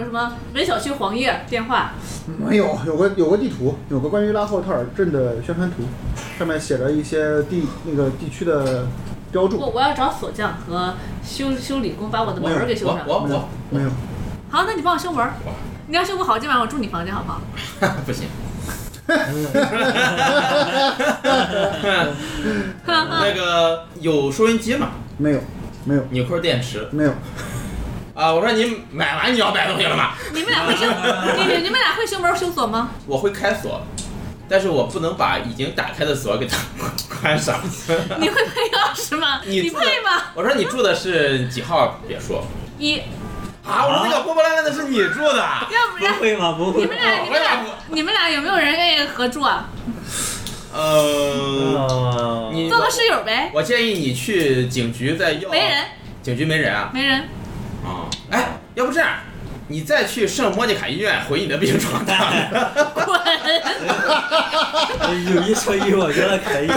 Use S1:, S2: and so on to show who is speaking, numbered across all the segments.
S1: 什么本小区黄页电话，
S2: 没有，哎有个有个地图，有个关于拉霍特尔镇的宣传图，上面写着一些地那个地区的标注。
S1: 我我要找锁匠和修修理工把我的门
S2: 没
S1: 儿
S2: 有
S1: 给修
S3: 我
S1: 上。
S3: 我
S2: 没有
S3: 我
S2: 没有，
S1: 好，那你帮我修门儿
S3: 哇。
S1: 你要修不好，今晚上我住你房间好不 好？
S3: 不行，那个有收音机吗？
S2: 没有，没有，
S3: 纽扣电池
S2: 没有，
S3: 啊！我说你买完你要买东西了吗？
S1: 你们俩会修，你你你们俩会修门儿修锁 吗？
S3: 我会开锁，但是我不能把已经打开的锁给它关上。
S1: 你会配钥匙吗？
S3: 你
S1: 你配吗？
S3: 我说你住的是几号别墅？
S1: 一，
S3: 啊！我说那个波波拉拉的是你住的。
S1: 要不然
S4: 不会吗？不
S1: 你
S4: 会
S1: 们。俩你们俩你们俩有没有人愿意合住啊？
S3: 呃，
S4: 哦
S3: 你
S1: 做个室友呗。
S3: 我建议你去警局再要。
S1: 没人，，
S3: 警局没人啊。
S1: 没人。
S3: 啊、哎，要不这样，你再去圣莫妮卡医院回你的病床单。
S1: 滚
S4: 有一说一，我觉得可以。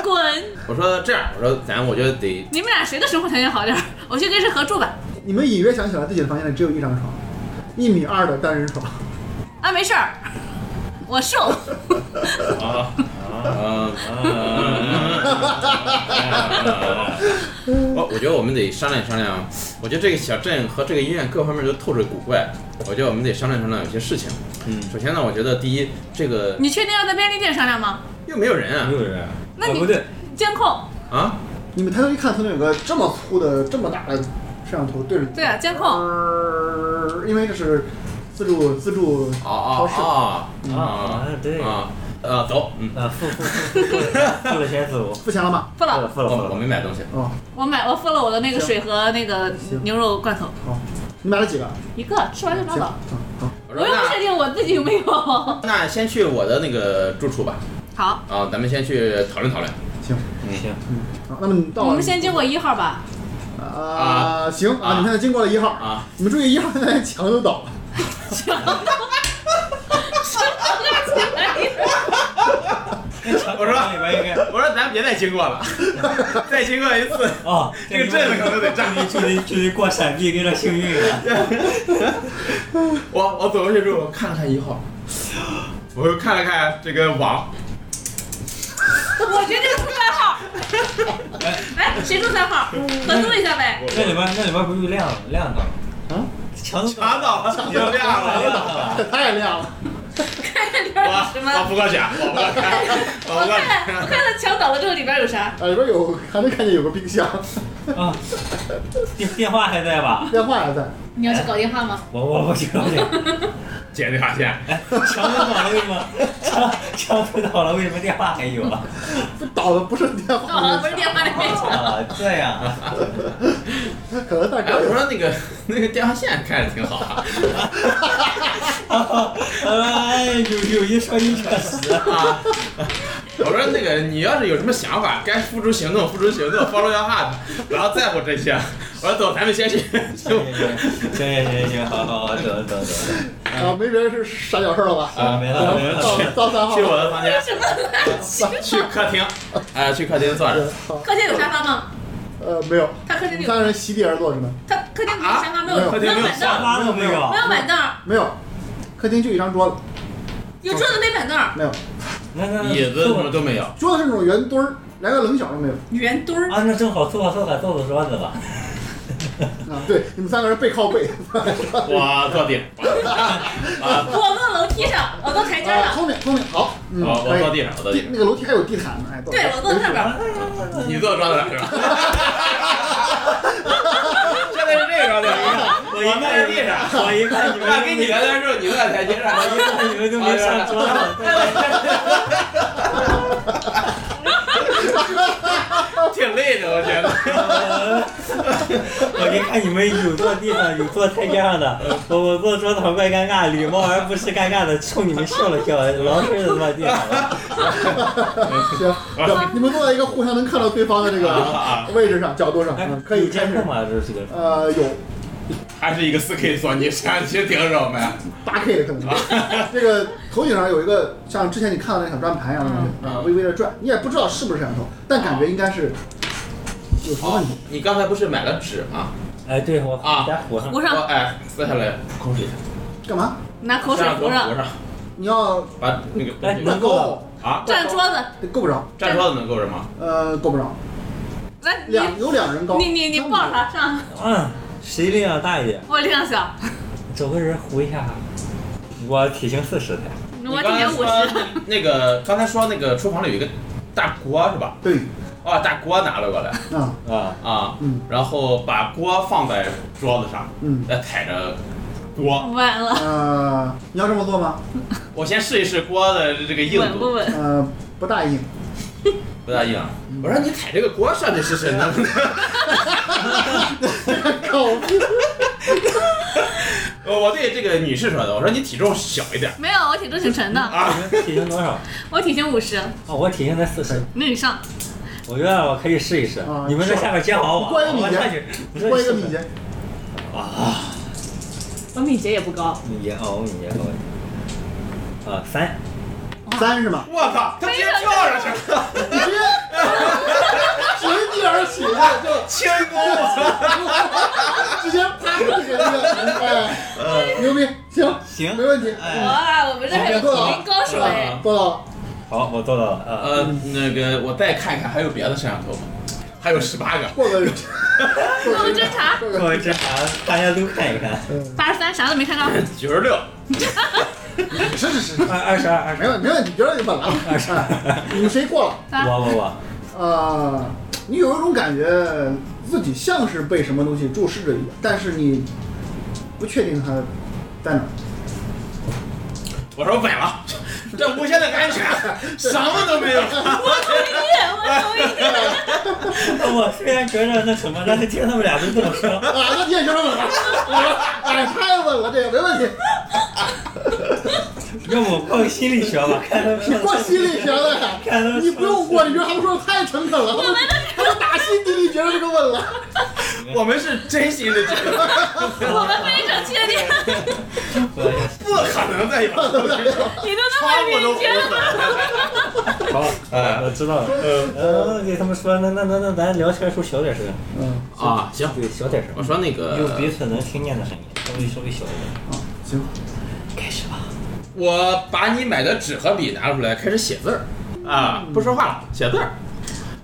S1: 滚！
S3: 我说这样，我说咱我觉得得
S1: 你们俩谁的生活条件好点儿？我去跟谁合住吧。
S2: 你们隐约想起来自己的房间里只有一张床，一米二的单人床。
S1: 啊，没事儿，我瘦。
S3: 啊啊啊！我我觉得我们得商量商量，我觉得这个小镇和这个医院各方面都透着古怪，我觉得我们得商量商量有些事情。
S4: 嗯，
S3: 首先呢，我觉得第一，这个
S1: 你确定要在便利店商量吗？
S3: 又没有人啊
S4: 没有人。
S1: 那
S4: 哦
S1: 你
S4: 不对，
S1: 监控，
S3: 啊！
S2: 你们抬头一看，头顶有个这么粗的、这么大的摄像头对着。
S1: 对啊，监控。
S2: 呃因为这是自助自助
S3: 哦哦
S2: 超市，
S3: 哦
S4: 啊啊对
S3: 啊呃走，嗯，
S4: 啊，付付 付付了付了钱走，
S2: 付钱了吗？
S1: 付
S4: 呃付
S1: 了，
S4: 了付了付
S3: 哦我我
S4: 了。
S3: 没买东西，
S2: 哦，
S1: 我买我付了我的那个
S2: 行
S1: 水和那个
S2: 行
S1: 牛肉罐头，
S2: 好，你买了几个？
S1: 一个吃完就拉
S2: 行，
S1: 倒。
S2: 嗯，好，
S3: 我
S1: 我
S3: 说
S1: 又不
S3: 那
S1: 确定我自己有没有。
S3: 那先去我的那个住处吧，
S1: 好，
S3: 啊，咱们先去讨论讨论。
S2: 行，
S4: 行，
S2: 嗯，好，那么你到了。
S1: 我们先经过一号吧。
S2: 啊，行啊，你们现在经过了一号
S3: 啊，
S2: 你们注意一号现在墙都倒了，
S3: 嗯
S4: 我里边应该。
S3: 我说咱别再经过了，再经过一次，
S4: 哦，
S3: 这个镇子可能得炸
S4: 距离距离距离过闪避跟着幸运啊 了。
S3: 我我走过去之后我看了看一号，我又看了看这个网，
S1: 我决定住三号。哎，谁住三号？合租一下呗。
S4: 那里边那里边不就亮亮到了？
S2: 啊，
S4: 墙都
S3: 查到了，就这样
S4: 亮
S3: 了。
S4: 了。
S2: 太亮了，
S1: 看看里
S3: 我
S1: 边有什
S3: 我
S1: 么。
S3: 不过去，我不过去，
S1: 嗯
S3: 我
S1: 我
S3: 不过
S1: 看
S3: 去。
S1: 了，我看了墙倒了之后里边有啥？
S2: 啊，里边有还能看见有个冰箱，
S4: 啊，电电话还在吧？
S2: 电话还在，
S1: 你要去搞电话吗？
S4: 我我我去搞定。
S3: 姐，你发现
S4: 哎，墙都倒了，为什么 墙墙都倒了，为什么电话还有啊？
S2: 这倒的不是电
S1: 倒了
S2: 话，
S1: 哦不是电话那边墙。
S4: 啊，这样啊，
S2: 可能大
S3: 哎，
S2: 哥
S3: 我
S2: 有
S3: 说那个那个电话线看着挺好啊，
S4: 哎，有有一说一，确实
S3: 啊，我说那个你要是有什么想法，该付诸行动，付诸行动，follow your heart，不要在乎这些。我说走，咱们先去。
S4: 行行行行行行，好好好，走走走，
S2: 啊，没别人是傻小事了吧？
S4: 啊，没了没了，
S2: 到到三号
S3: 去我的房间，
S1: 什么垃圾？
S3: 去客厅，啊，去客厅坐着。
S2: 好，
S1: 客厅有沙发吗？
S2: 呃，没有，
S1: 他客
S2: 我
S1: 厅
S2: 们
S1: 里有，
S2: 三人席地而坐着呢，
S1: 他客厅里有沙发没有？
S2: 啊
S3: 客
S1: 没
S3: 厅
S1: 有
S3: 没有
S1: 板
S4: 沙
S1: 凳，
S4: 发都没有
S1: 没，有板凳，
S2: 没有，客厅就一张桌子，
S1: 有桌子没板凳，
S2: 没有，
S4: 那那
S3: 椅子什么都没有，
S2: 桌子是那种圆墩儿，连个棱角都没有
S1: 圆墩儿。
S4: 啊，那正好坐坐个坐个桌子吧，
S2: 啊，对，你们三个人背 靠背，
S1: 哎
S3: 我坐地上， 啊，
S1: 我坐楼梯上，我坐台阶
S2: 啊，
S1: 上，
S2: 聪明聪明，好，嗯，
S3: 我我
S2: 可以
S3: 坐地上，我坐地
S2: 地
S3: 上，
S2: 那个楼梯还有地毯呢，哎，
S1: 对我坐上边儿。
S3: 你坐桌子上是 吧？现在是这个状态，
S4: 我一
S3: 在
S4: 看
S3: 地上。
S4: 我一看你
S3: 我想
S4: 们
S3: 跟你聊天的时候，你坐在台阶上，
S4: 我一看你们都没上桌子，
S3: 挺累的，我觉得。
S4: 我一看你们有坐地上，有坐台阶上的，我我坐桌子上怪尴尬，礼貌而不失尴尬的冲你们笑了笑，狼似的坐地上了。
S2: 行，行，你们坐在一个互相能看到对方的这
S3: 啊
S2: 个位置上、角度上，
S4: 哎
S2: 嗯，可以开
S4: 有监
S2: 始
S4: 控。吗？这是个
S2: 呃，有
S3: 还是一个四 K 索尼摄像机挺肉麦。
S2: 八 K 的可能，
S4: 啊
S2: 这个头顶上有一个像之前你看到那个小转盘一样的东西，
S3: 嗯
S2: 啊，微微的转，你也不知道
S3: 哦
S4: 哦
S2: 是不是摄像头，但感觉应该是有什么问题。
S3: 你刚才不是买了纸吗？
S4: 哎，对我
S3: 啊
S4: 在火上
S1: 糊上，
S3: 哎，撕下来口水，
S2: 干嘛？
S1: 拿口水
S3: 蘸
S1: 糊
S3: 上，
S1: 上
S3: 糊，上，
S2: 你要
S3: 把那个
S4: 哎
S3: 东西
S2: 能够
S3: 啊，
S1: 占桌子，
S2: 得够不着，
S3: 站桌子能够什么？
S2: 呃，够不着，
S1: 来你
S2: 两有两人高。
S1: 你你你抱他上，
S4: 嗯，谁力量大一点？
S1: 我力量小，
S4: 找个人糊一下。我体型四十的，
S3: 你
S1: 我体
S3: 刚才
S1: 型五
S3: 说
S1: 十，
S3: 那个刚才说那个厨房里有一个大锅是吧？
S2: 对，
S3: 啊，大锅拿了过来
S2: 啊，
S4: 啊，
S3: 啊，
S2: 嗯
S3: 然后把锅放在桌子上，
S2: 嗯，
S3: 再踩着锅，
S1: 完了，
S2: 呃，你要这么做吗？
S3: 我先试一试锅的这个硬
S1: 稳不
S3: 度，
S1: 稳？
S2: 呃，不大 硬，
S3: 不大硬啊。我说你踩这个锅上去试试能不 能？
S2: 够不着
S3: 我对这个女士说的，我说你体重小一点
S1: 没有，我体重挺沉的，
S3: 啊。
S4: 你们体型多少？
S1: 我体型五十，
S4: 哦，我体型在四十，
S1: 那你上，
S4: 我觉得我可以试一试
S2: 啊。
S4: 你们在下面接好我，
S2: 关一个
S4: 我
S2: 敏捷
S4: 上去，
S2: 过一个敏捷，
S1: 我敏捷也不高，
S4: 敏捷哦，我敏捷好。啊，三，
S2: 三是吗？
S3: 我操，他直接跳上去了，
S2: 你直接随地而起的，就
S3: 轻功。
S2: 直接啪给人家，哎，牛逼，行，
S4: 行哎
S2: 没问题，
S4: 嗯
S1: 哇，我们这还有体龄高手哎，
S2: 做到了。
S4: 好，我做到了。啊，
S3: 呃，那个我再看看还有别的摄像头吗？还有十八个。
S2: 过个人，
S1: 做个侦查，
S2: 过
S4: 各
S2: 个
S4: 位侦查，大家都看一看。
S1: 八十三啥都没看到，
S3: 九十六，
S2: 是是是，
S4: 二二十二，二十
S2: 没问没问题，觉得就本来了。哎，你们谁过了？
S1: 三
S4: 我我我，
S2: 呃，你有一种感觉，自己像是被什么东西注视着一样，但是你不确定它在哪儿。
S3: 我说稳了， 这无限的安全，什么都没有。
S1: 我同意，
S4: 我虽然觉着那什么，但是听他们俩都这么说，
S2: 啊，那你也觉得稳了，哎，太稳了，这个没问题。
S4: 要不我过个心理学吧，看他们
S2: 你
S4: 上
S2: 过心理学
S4: 看他
S2: 的，
S4: 们
S2: 你不用过，你觉得他们说的太诚恳了，他们他们打心底里觉得这个稳了。
S3: 我们是真心的觉得
S1: 我们非常确定，
S3: 不可能再有，窗
S1: 你都那么
S3: 户都
S1: 敏
S3: 不
S1: 捷了。
S3: 稳。
S4: 好，
S3: 哎
S4: 我知道了。呃，给他们说，那那那那咱聊天的时候小点声，
S2: 嗯，
S3: 啊，行，
S4: 对，小点声
S3: 我，说那
S4: 用彼
S3: 个，
S4: 此能听见的声音，稍微稍微小一点。
S2: 啊，行，
S4: 开始吧。
S3: 我把你买的纸和笔拿出来，开始写字儿啊，不说话了，写字儿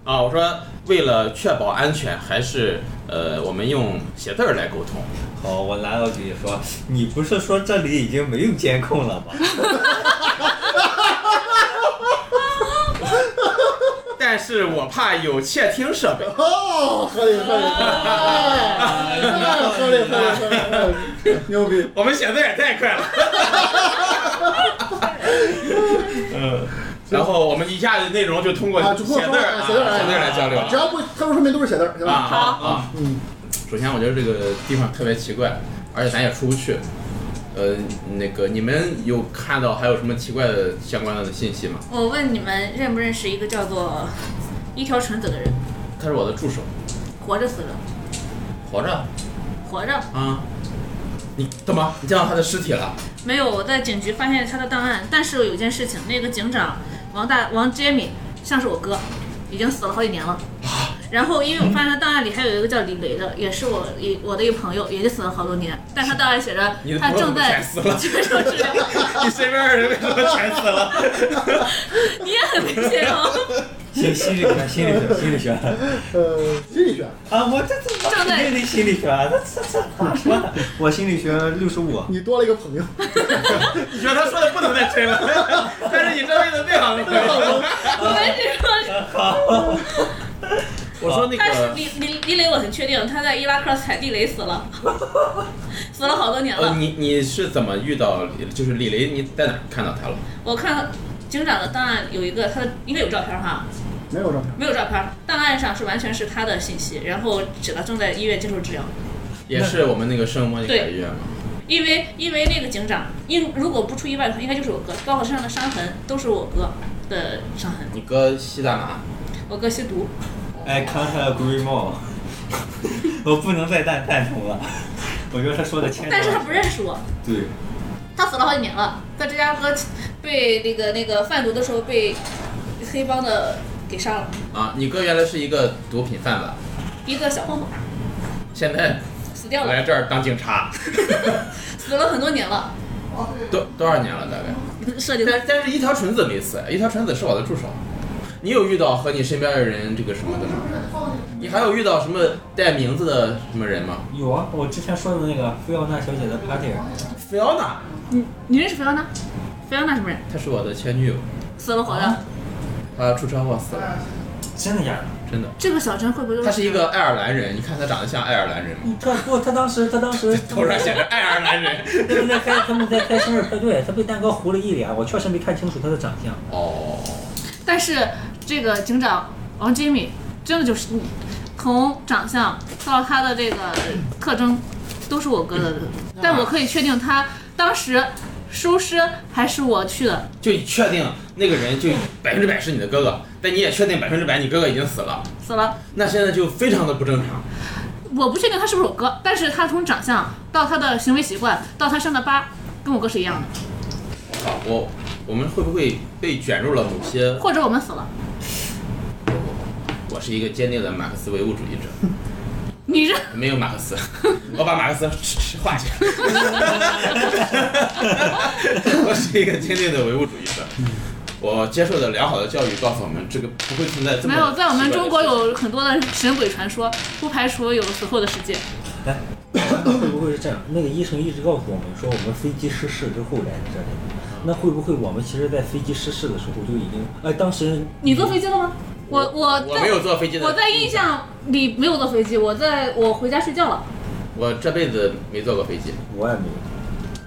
S3: 啊。我说为了确保安全，还是呃，我们用写字儿来沟通。
S4: 好，我拿到笔说，你不是说这里已经没有监控了吗？
S3: 但是我怕有窃听设 备，
S2: 哦，合理合理，哎，合理合理合理合理，牛逼。
S3: 我们写字也太快 了。嗯，然后我们一下子内容就通过
S2: 啊
S3: 写
S2: 就
S3: 字
S2: 通过
S3: 儿啊、
S2: 写字儿来
S3: 写字儿来交流
S2: 只
S3: 了
S2: 要不，他们说明都是写字儿，行
S3: 啊
S2: 吧？
S3: 啊啊！
S2: 嗯，
S3: 首先，我觉得这个地方特别奇怪，而且咱也出不去。呃，那个你们有看到还有什么奇怪的相关的信息吗？
S1: 我问你们认不认识一个叫做一条纯子的人？
S3: 他是我的助手，
S1: 活着死了，
S3: 活着
S1: 活着
S3: 啊！你怎么你见到他的尸体 了？
S1: 没有？我在警局发现他的档案，但是有一件事情，那个警长王大王 Jamie 像是我哥，已经死了好几年了。然后，因为我发现他档案里还有一个叫李雷的，也是我一我的一个朋友，也是死了好多年，但他档案写着
S3: 你的
S1: 他
S3: 朋友
S1: 正
S3: 怎么
S1: 在
S3: 全 死了
S1: 接受治疗，
S3: 你身边的人为什么全死了？
S1: 你也很危险 哦，
S4: 心心理学，心理学，心理学。
S2: 呃，心理学，
S4: 啊，我这这我肯定得心理学，这这这话说的，我心理学六十五。
S2: 你多了一个朋友，
S3: 你觉得他说的不能再吹 了，但是你这辈子最好的朋友。
S1: 我们只说
S3: 我说那
S1: 但是
S3: 个，
S1: 李李李雷，我很确定他在伊拉克踩地雷死了，死了好多年了
S3: 呃，。你你是怎么遇到，就是李雷，你在哪儿看到他了？
S1: 我看警长的档案有一个他的应该有照片哈，
S2: 没有照片。
S1: 没有照片，档案上是完全是他的信息，然后指他正在医院接受治疗，
S3: 也是我们那个圣莫尼卡医院吗？
S1: 因为因为那个警长应如果不出意外的话，应该就是我哥，包括身上的伤痕都是我哥的伤痕，
S3: 你哥吸大麻，
S1: 我哥吸毒，
S4: 哎，看看 Green Mall，我不能再当蛋虫了。我觉得他说的千
S1: 但是他不认识我，
S4: 对，
S1: 他死了好几年了，在芝加哥被那个那个贩毒的时候被黑帮的给杀了，
S3: 啊，你哥原来是一个毒品贩子，
S1: 一个小混混儿，
S3: 现在
S1: 死掉了，
S3: 来这儿当警 察，
S1: 死了很多年了。
S3: 多多少年了大概？
S1: 设计
S3: 但
S1: 的
S3: 但是一条纯子没死，一条纯子是我的助手。你有遇到和你身边的人这个什么的吗？你还有遇到什么带名字的什么人吗？
S4: 有啊，我之前说的那个菲奥娜小姐的 party，
S3: 菲奥娜，
S1: 你你认识菲奥娜？菲奥娜什么人？
S3: 她是我的前女友，
S1: 死了活的？
S3: 嗯
S4: 啊
S3: 她出车祸死了，
S4: 真的假的？
S3: 真的。
S1: 这个小镇会不会就
S3: 她是一个爱尔兰人，你看她长得像爱尔兰人 吗？
S4: 你看，嗯不，他当时，他当时，他
S3: 头上写着爱尔兰人。
S4: 们在开，他们在开生日派对，他被蛋糕糊了一脸，我确实没看清楚他的长相。
S3: 哦，
S1: 但是这个警长王 Jimmy 真的就是你，从长相到他的这个特征，都是我哥的。
S3: 嗯
S1: 但我可以确定他当时收尸还是我去的，
S3: 就你确定那个人就百分之百是你的哥哥，但你也确定百分之百你哥哥已经死了，
S1: 死了。
S3: 那现在就非常的不正常。
S1: 我不确定他是不是我哥，但是他从长相到他的行为习惯到他上的疤，跟我哥是一样的。
S3: 我靠，我我们会不会被卷入了某些？
S1: 或者我们死了，
S3: 我是一个坚定的马克思唯物主义者，
S1: 你这
S3: 没有马克思， 我把马克思吃吃化解。 我是一个坚定的唯物主义者。我接受的良好的教育告诉我们，这个不会存在这么
S1: 没有在我们中国
S3: 奇怪的事
S1: 有很多的神鬼传说，不排除有死后的世界。
S4: 哎，会不会是这样？那个医生一直告诉我们说，我们飞机失事之后来的这里。那会不会我们其实，在飞机失事的时候就已经，哎，当时
S1: 你坐飞机了吗？我我
S3: 情。我
S1: 在
S3: 没有坐飞机的，
S1: 我在印，象里没有坐飞机，我在我回家睡觉了。
S3: 我这辈子没坐过飞机。
S4: 我也没有，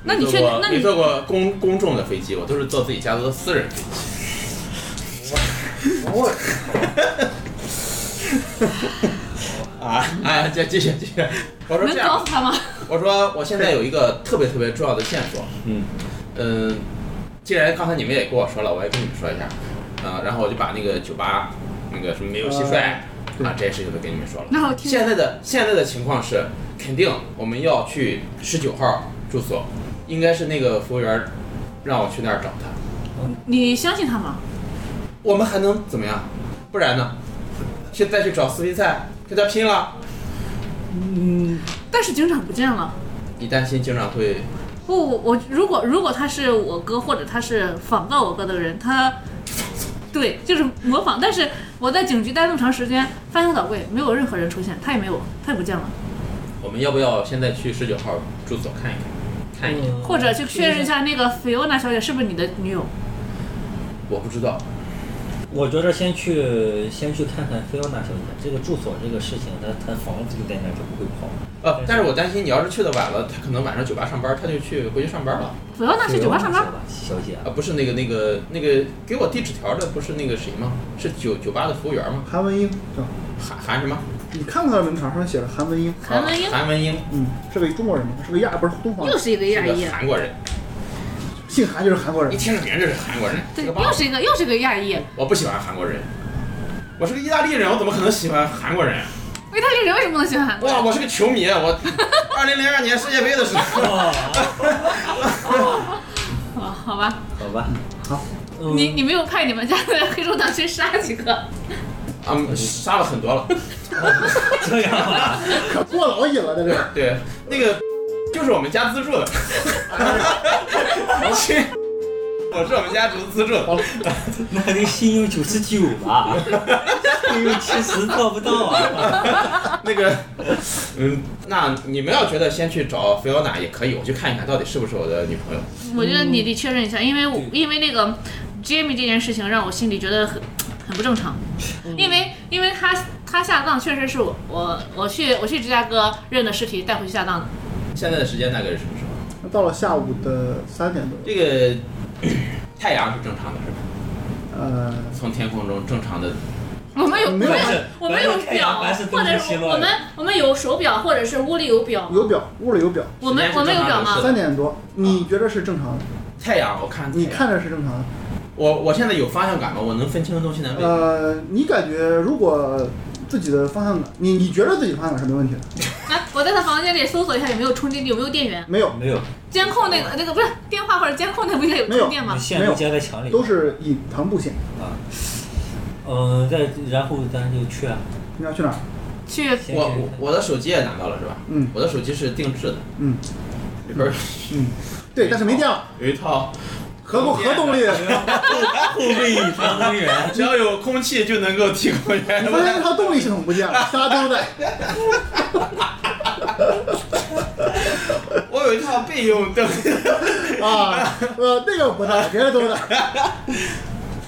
S1: 那你
S3: 没
S1: 确
S3: 坐过
S1: 那
S3: 没
S1: 你
S3: 坐过公公众的飞机？我都是坐自己家的私人飞机。
S2: 我
S3: 啊啊！继继续继续，我说
S1: 能搞
S3: 这样
S1: 死，他吗？
S3: 我说我现在有一个特别特别重要的线索，
S4: 嗯，
S3: 嗯，既然刚才你们也跟我说了，我也跟你们说一下，啊、然后我就把那个酒吧那个什么没有蟋蟀啊
S2: 对
S3: 这些事情都跟你们说了。
S1: 那我听
S3: 现在的现在的情况是，肯定我们要去十九号住所，应该是那个服务员让我去那儿找他。
S1: 你相信他吗？
S3: 我们还能怎么样？不然呢？去再去找斯皮菜跟他拼了。
S1: 但是警长不见了。
S3: 你担心警长会
S1: 不，我如果如果他是我哥，或者他是仿造我哥的人，他对就是模仿。但是我在警局待那么长时间，翻箱倒柜没有任何人出现，他也没有，他也不见了。
S3: 我们要不要现在去十九号住所看一看？看一眼？
S1: 哎或者去确认一下那个菲欧娜小姐是不是你的女友？
S3: 我不知道，
S4: 我觉着先去先去看看菲奥娜小姐这个住所这个事情，她她房子就在那儿，就不会跑。
S3: 呃，但是我担心你要是去的晚了，他可能晚上酒吧上班，他就去回去上班了。
S1: 菲欧娜去酒吧上班，
S4: 小姐
S3: 啊，不是那个那个那个给我递纸条的不是那个谁吗？是酒酒吧的服务员吗？
S2: 韩文英，啊
S3: 韩韩什么？
S2: 你看不看到门牌上面写着韩文英？
S1: 韩文英
S3: 啊韩文英
S2: 嗯，是个中国人吗？是个亚不是东方
S1: 又
S2: 人，
S1: 是一个亚
S3: 是
S1: 裔
S3: 个，韩国人，
S2: 姓韩就是韩国
S3: 一
S2: 人。
S3: 听这名字就是韩国人，
S1: 对，
S3: 这个吧
S1: 又是一个又是一个亚裔。
S3: 我不喜欢韩国人，我是个意大利人，我怎么可能喜欢韩 国人？
S1: 意大利人为什么能喜欢韩国人？
S3: 哇，我是个球迷，啊我二零零二年世界杯的 时候，
S4: 哦，
S1: 啊，好吧，
S4: 好吧，
S2: 好，
S4: 嗯
S1: 你你没有派你们家的黑手党去杀几个？
S3: 啊，杀了很多了。
S4: 这样吧。
S2: 可过老瘾了，在这儿。
S3: 对，那个 就是我们家资助的，亲我是我们家族资助的，
S4: 那得信用九十九吧，信用七十做不到啊。
S3: 那个，嗯，那你们要觉得先去找菲欧娜也可以，我去看一看到底是不是我的女朋友。
S1: 我觉得你得确认一下，因为我因为那个 Jamie 这件事情让我心里觉得很很不正常，因为因为他他下葬确实是我我我去我去芝加哥认的尸体带回去下葬的，
S3: 现在的时间大概是什么时候？
S2: 那到了下午的三点多，
S3: 这个 太阳是正常的，是吧？
S2: 呃，
S3: 从天空中正常的，
S1: 我们有
S2: 没有
S1: 我们有我们
S4: 凡是
S1: 有
S4: 凡是太
S1: 表
S4: 阳凡是
S1: 或
S4: 东
S1: 者
S4: 升
S1: 是
S4: 西
S1: 我
S4: 落的
S1: 们我们有手表或者是屋里有表，
S2: 有表，屋里有表，
S1: 我们我们有表吗
S3: 是？
S2: 三点多，你觉得是正常的？
S3: 太阳，我看
S2: 你
S3: 太阳，
S2: 看着是正常的。
S3: 我我现在有方向感吗？我能分清东西南北。
S2: 呃，你感觉如果自己的方向感，你你觉得自己的方向感是没问题的？
S1: 来，啊我在他房间里搜索一下有没有充电有没有电源，
S2: 没有，
S4: 没有，
S1: 监控那个那个不是电话或者监控那不应该有
S2: 哦没有
S1: 充电吗？
S4: 线都接在墙里。
S2: 都是以唐布线。
S4: 呃啊。嗯，再然后咱就去啊，
S2: 你要去哪儿？
S1: 去
S4: 行
S3: 我
S4: 行
S3: 我我的手机也拿到了是吧？
S2: 嗯
S3: 我的手机是定制的，
S2: 嗯，
S3: 里边儿
S1: 嗯
S2: 对，但是没掉，
S3: 有一套
S2: 合同合动力。
S4: 后备宇航公园，
S3: 只要有空气就能够提供源
S2: 你发现它动力系统不见了，其他都在。
S3: 我有一套备用灯。
S2: 啊，呃，那个不在，别的都在。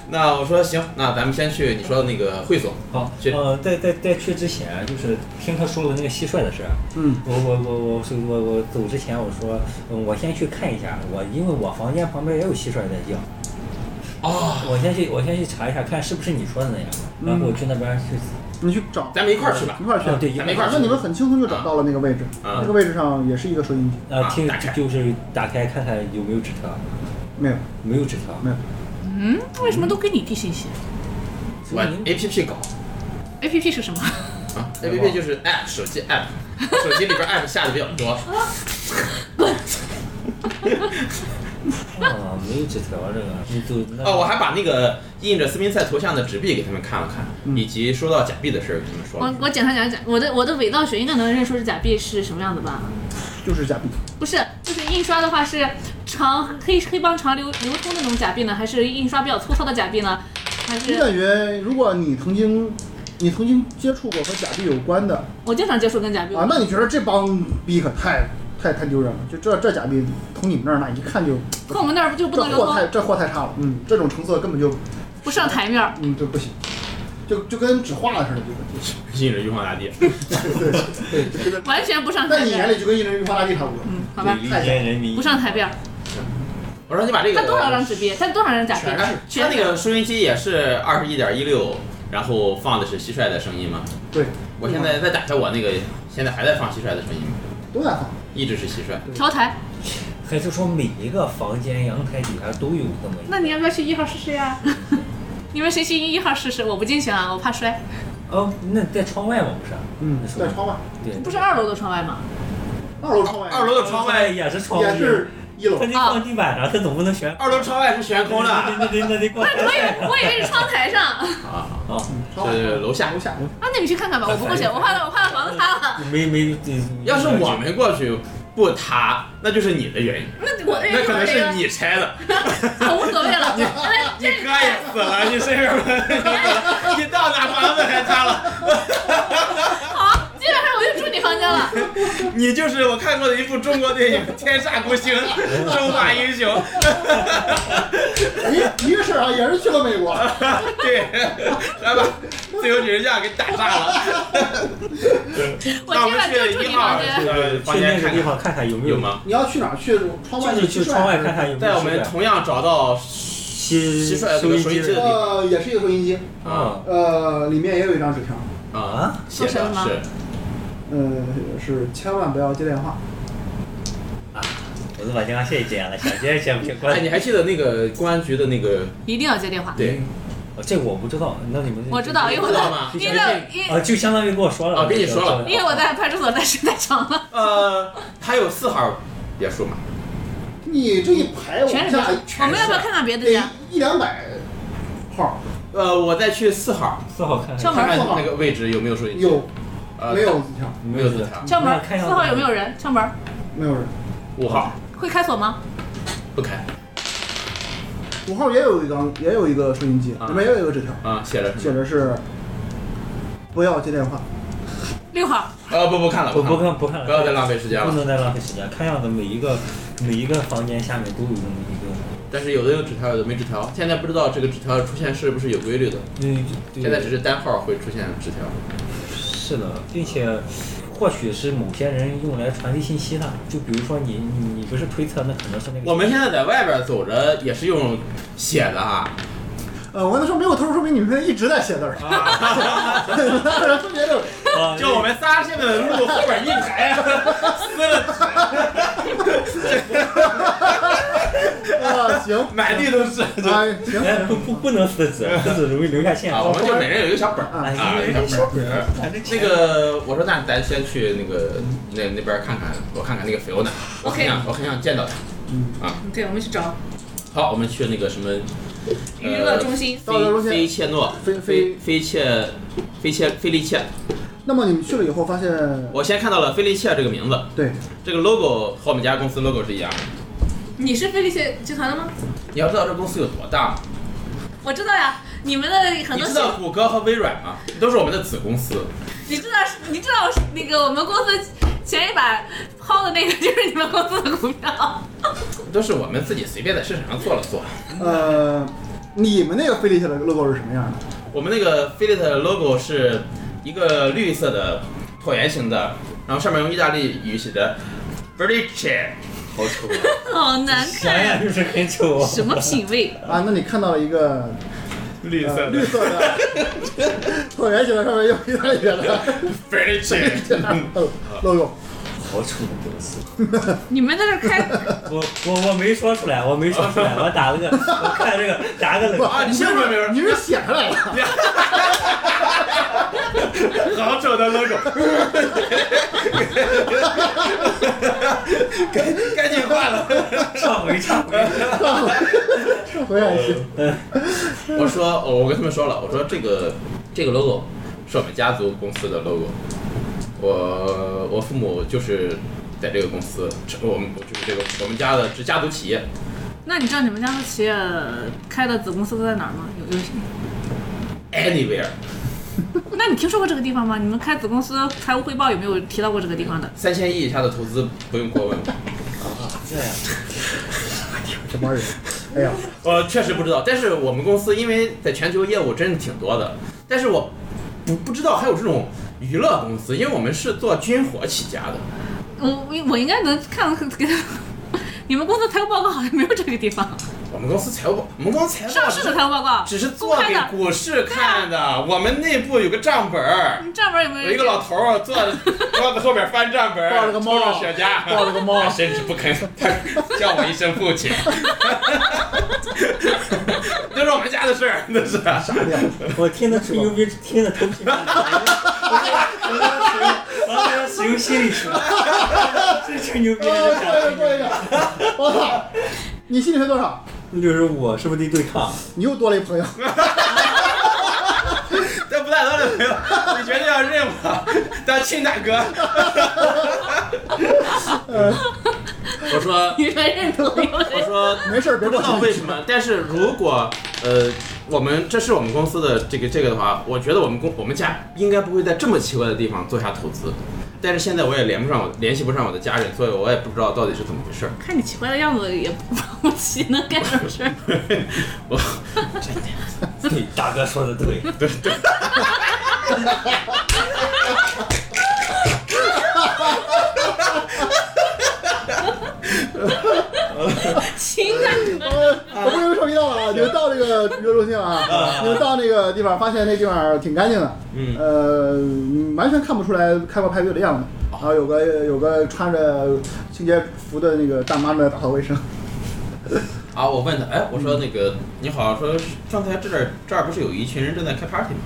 S3: 那我说行，那咱们先去你说的那个会所。
S4: 好
S3: 是，
S4: 呃，在在在去之前，就是听他说了那个蟋蟀的事儿。啊
S2: 嗯，
S4: 我我我我是我我走之前我说，嗯我先去看一下，我因为我房间旁边也有蟋蟀在叫，
S3: 哦，
S4: 我先去我先去查一下，看是不是你说的那样，然后我去那边去。
S2: 你去找，
S3: 咱们一块儿去吧
S2: 一。块儿去
S4: 啊。对一
S3: 咱
S4: 块
S3: 们一
S4: 儿
S3: 块儿
S2: 那
S3: 去
S2: 你。们很轻松就找到了那个位置，
S3: 啊
S2: 那个位置上也是一个收音机，
S4: 呃
S3: 啊，
S4: 听
S3: 打开
S4: 就是打开看看有没有纸条，
S2: 没有，
S4: 没有纸条。
S2: 没有。
S1: 嗯，为什么都给你递信息
S3: 我 A P P 搞
S1: ？A P P 是什么？
S3: 啊，A P P 就是 App 手机 App，手 机里边 App 下的比较 多。
S4: 啊，没有纸条这个，你就那
S3: 哦，我还把那个印着斯宾塞头像的纸币给他们看了看，以及说到假币的事儿给他
S2: 哦
S3: 们说
S1: 我
S3: 了。
S1: 我简单讲一讲，我的我的伪造学应该能认出是假币是什么样子吧？
S2: 就是假币，
S1: 不是，就是印刷的话是长黑黑帮长流流通的那种假币呢，还是印刷比较粗糙的假币呢？还
S2: 你
S1: 是
S2: 感觉如果你曾经，你曾经接触过和假币有关的
S1: 我经常接触跟假币，
S2: 啊，那你觉得这帮逼可太太太丢人了？就这这假币从你们那儿那一看就，
S1: 跟我们那儿不就不
S2: 这
S1: 能流
S2: 货太
S1: 通，
S2: 这货太差了，嗯，这种成色根本就，
S1: 不上台面儿。
S2: 嗯，就不行，就就跟纸画的似的，就
S3: 印着玉皇大帝。
S2: 对对对，
S1: 完全不上
S2: 在
S1: 台
S2: 你
S1: 面
S2: 眼
S1: 儿。
S2: 里就嗯跟印着玉皇大帝差不多，
S1: 嗯，好吧，
S4: 对利剑人民
S1: 不上台面儿。
S3: 我说你把这个
S1: 他多少张纸币？他多少张假币
S3: 全是？他
S1: 全
S3: 那个收音机也是二十一点一六，然后放的是蟋蟀的声音嘛。
S2: 对，
S3: 我现在再打开我那个，现在还在放蟋蟀的声音吗？
S2: 嗯都在放。
S3: 一直是蟋蟀。
S1: 调台。
S4: 还是说每一个房间阳台底下都有这么一个？
S1: 那你要不要去一号试试呀？ 你们谁去一号试试？我不进去啊，我怕摔。
S4: 哦，那在窗外吗？不是？
S2: 嗯
S4: 那，是
S2: 在窗外，
S4: 对，
S1: 不是二楼的窗外吗？
S2: 二楼窗外，
S3: 二楼的窗外，
S4: 哦也是窗
S2: 也是一楼
S4: 他，得
S1: 哦
S4: 放地板上，他总不能悬。
S3: 二楼窗外是悬空的啊
S4: 那得那得挂
S1: 我以为我以为是窗台上。 啊，
S3: 啊，
S4: 啊！
S2: 窗外
S3: 是楼下
S2: 楼。下，
S1: 那你去看看吧，我不过去，我怕我怕房子塌 了。
S4: 没没，
S3: 要是我们过去不塌，那就是你的原因，
S1: 那我
S3: 那可能
S1: 这
S3: 是
S1: 个
S3: 你拆的。
S1: 我无所谓了。哎
S3: 你哥也死了，你身上你到哪房子还塌了？
S1: 好，今晚上我就住你房间了。
S3: 你就是我看过的一部中国电影《天煞孤星》，中华英雄。
S2: 一一个事儿啊，也是去了美 国，
S3: 对，来吧，自由女神像给打炸了。
S1: 我
S3: 那我
S1: 今
S3: 们
S1: 晚就住
S3: 去
S1: 你
S3: 一号
S1: 房间。
S3: 呃
S4: 去
S3: 房
S4: 那
S3: 间
S4: 个
S3: 看看
S4: 地方看看有没
S3: 有？吗？
S2: 你要去哪儿？去窗外
S4: 就是去窗外看看有没有
S3: 在我们
S4: 蟋蟀
S3: 同样找到
S4: 蟋
S3: 蟋蟀这个收音机的
S2: 呃，也是一个收音机，
S3: 啊
S4: 啊
S2: 呃，里面也有一张纸条，
S3: 啊
S4: 啊，
S3: 写
S1: 说什
S3: 的
S1: 么
S3: 是
S2: 呃，是千万不要接电话。
S4: 啊！我都把电话线剪了，想接也接不接，关
S3: 哎，你还记得那个公安局的那个
S1: 一定要接电话。
S3: 对
S4: 哦，这个我不知道，那你们
S1: 我知道，因为我
S3: 知道
S1: 在
S3: 吗
S1: 因为因
S4: 啊，
S1: 为
S4: 就相当于跟我说了，
S3: 啊跟你说了
S1: 因为我在派出所待时间太长了。
S3: 呃，还有四号别墅嘛？
S2: 你这一排
S1: 全
S2: 往
S1: 是
S2: 下，
S1: 我们要不要看看别的
S2: 得
S1: 呀？
S3: 哎
S2: 一两百号，
S3: 呃，我再去四号
S4: 四号看
S1: 敲
S3: 看看
S1: 门，
S2: 四号
S3: 那个位置有没有收音机？
S2: 有
S3: 呃，
S2: 没有纸条？
S3: 没有字条。
S1: 敲门
S4: 看，一下
S1: 四号有没有人？敲门，
S2: 没有人。
S3: 五号
S1: 会开锁吗？
S3: 不开
S2: 五号也有一张，也有一个收音机，
S3: 啊
S2: 里面也有一个纸条，
S3: 啊，写
S4: 嗯
S3: 着什
S2: 写
S3: 么？
S2: 着是不要接电话。
S1: 六号，
S3: 呃，不不看了，
S4: 不
S3: 看
S4: 不
S3: 了，
S4: 看不看了，
S3: 不要再浪费时间
S4: 不
S3: 了。
S4: 能再浪费时间。看样子每一个每一个房间下面都有这么一个，
S3: 但是有的有纸条，有的没纸条。现在不知道这个纸条出现是不是有规律的，
S4: 嗯，对
S3: 现在只是单号会出现纸条。
S4: 是的，并且或许是某些人用来传递信息的，就比如说你你你不是推测，那可能是那个
S3: 我们现在在外边走着也是用写的啊，
S2: 呃，我跟他说没有头，说明你们一直在写字儿。 当然分别的，
S4: 啊
S3: 就我们仨现在的路后边一排 撕了，
S2: 啊， 行，
S3: 满地都是。
S2: 哎，行，
S4: 哎不不不能撕纸，撕纸容易留下线。啊
S3: 啊，我们就每人有一个小本儿
S2: 啊
S3: 啊，
S4: 一
S3: 有一
S4: 人一
S3: 个
S4: 个
S3: 小
S4: 小
S3: 本儿。那个，我说那咱先去那个那那边看看，我看看那个菲欧娜，我很想我很想见到她。嗯
S1: 对，我们去找
S3: 好，我们去那个什么
S1: 娱乐中心。
S2: 到了
S3: 菲
S2: 路线
S3: 菲切诺
S2: 菲
S3: 菲
S2: 菲
S3: 菲切菲切菲利切
S2: 那么你们去了以后发现，
S3: 我先看到了菲利切这个名字，
S2: 对，
S3: 这个 logo 和我们家公司 logo 是一样的。
S1: 你是菲利切集团的吗？
S3: 你要知道这公司有多大，
S1: 我知道呀，你们的很
S3: 你
S1: 多
S3: 知
S1: 信，
S3: 道谷歌和微软吗？都是我们的子公司。
S1: 你知道你知道那个我们公司前一把抛的那个 就是你们公司的股票。
S3: 都是我们自己随便在市场上做了做。
S2: 呃，你们那个菲利切的 logo 是什么样的？
S3: 我们那个 f i l i t 的 logo 是一个绿色的椭圆形的，然后上面用意大利语写的 v e r i c e 好丑啊！
S1: 好难
S4: 想想
S1: 看，
S4: 就是很丑啊。
S1: 什么品味？
S2: 啊，那你看到了一个
S3: 绿
S2: 呃绿色的椭圆形的，上面用意大利语的
S3: v e r i c e
S2: 呃 logo。
S4: 好丑的公司！
S1: 你们在这儿开，
S4: 我我我没说出来，我没说出来，我打了个，我看这个打个冷
S3: 啊，你姓什么
S2: 你
S3: 名？
S2: 是写出来的，
S3: 好丑的 logo！赶 赶紧换了。
S4: 上回上回。
S2: 回来写。
S3: 我说，哦我跟他们说了，我说这个这个 logo 是我们家族公司的 logo，我我父母就是在这个公司，我们我就是这个我们家的是家族企业，
S1: 那你知道你们家的企业开的子公司都在哪儿吗？有有，
S3: anywhere
S1: 那你听说过这个地方吗？你们开子公司财务汇报有没有提到过这个地方的？
S3: 三千亿以下的投资不用过问。
S4: 啊，这样。
S2: 这帮人，哎 呀，
S3: 呃，确实不知道，但是我们公司因为在全球业务真的挺多的，但是我不不知道还有这种娱乐公司，因为我们是做军火起家的。
S1: 我我我应该能看到给 你们公司财务报告好像没有这个地方，
S3: 我们公司财务报，我们公司财务报
S1: 上市的财务报告
S3: 只是
S1: 公
S3: 做
S1: 开
S3: 给
S1: 的。
S3: 股市看的，我们内部有个账本儿。
S1: 你账本有没有？
S3: 有一个老头儿坐在 桌子后边翻账本儿，
S2: 抱着个猫
S3: 抽着雪茄，
S2: 抱着个猫
S3: 他甚至不肯，他叫我一声父亲， 就是我们家的事儿，那是。
S2: 傻屌！
S4: 我听得吹牛逼，听得头皮发麻。我在我在使用心理学，这吹牛
S3: 呃
S4: 逼
S2: 哎
S4: 还是
S2: 过
S4: 假
S2: 一个，过一
S4: 吹
S2: 个
S4: 牛？
S2: 我操！你心里分多少？
S4: 逼？六十五是不是得对抗？
S2: 你又多了一朋友。
S3: 这不带咱的朋友，你决定要认我当亲大哥。 我说，
S1: 你们认同没有？
S3: 我说，
S2: 没事儿，别
S3: 不知
S2: 过
S3: 道为
S2: 去。
S3: 什么，但是如果呃，我们这是我们公司的这个这个的话，我觉得我们公我们家应该不会在这么奇怪的地方做下投资。但是现在我也连不上我联系不上我的家人，所以我也不知道到底是怎么回事儿。
S1: 看你奇怪的样子，也不好奇能干什么事儿。
S3: 我
S4: 对，大哥说的对。
S1: 亲啊，你们
S2: 我不是又收集到了啊！你们到这个娱乐中心了啊！你们到那个地方，发现那地方挺干净的，
S3: 嗯
S2: 呃，完全看不出来开过派对的样子。然后有个有个穿着清洁服的那个大妈们打扫卫生，
S3: 啊，我问他，哎，我说那个你好，说刚才这儿这儿不是有一群人正在开 party 吗？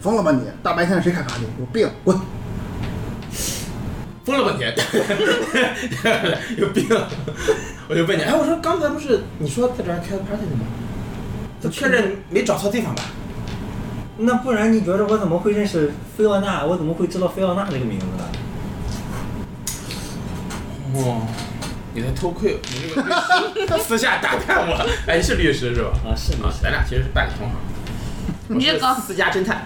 S2: 疯了吧你？大白天谁开 party？有病，滚！
S3: 疯了吧你？ 有病！我就问你，哎，我说刚才不是你说在这儿开 party 的吗？他确认没找错地方吧？
S4: 那不然你觉得我怎么会认识菲奥娜？我怎么会知道菲奥娜这个名字呢？
S3: 哦，你在偷窥，你这个律师私下打探我。哎，你是律师是吧？
S4: 啊，是
S3: 啊，咱俩其实是办理同行。
S1: 你也搞
S3: 我是私家侦探，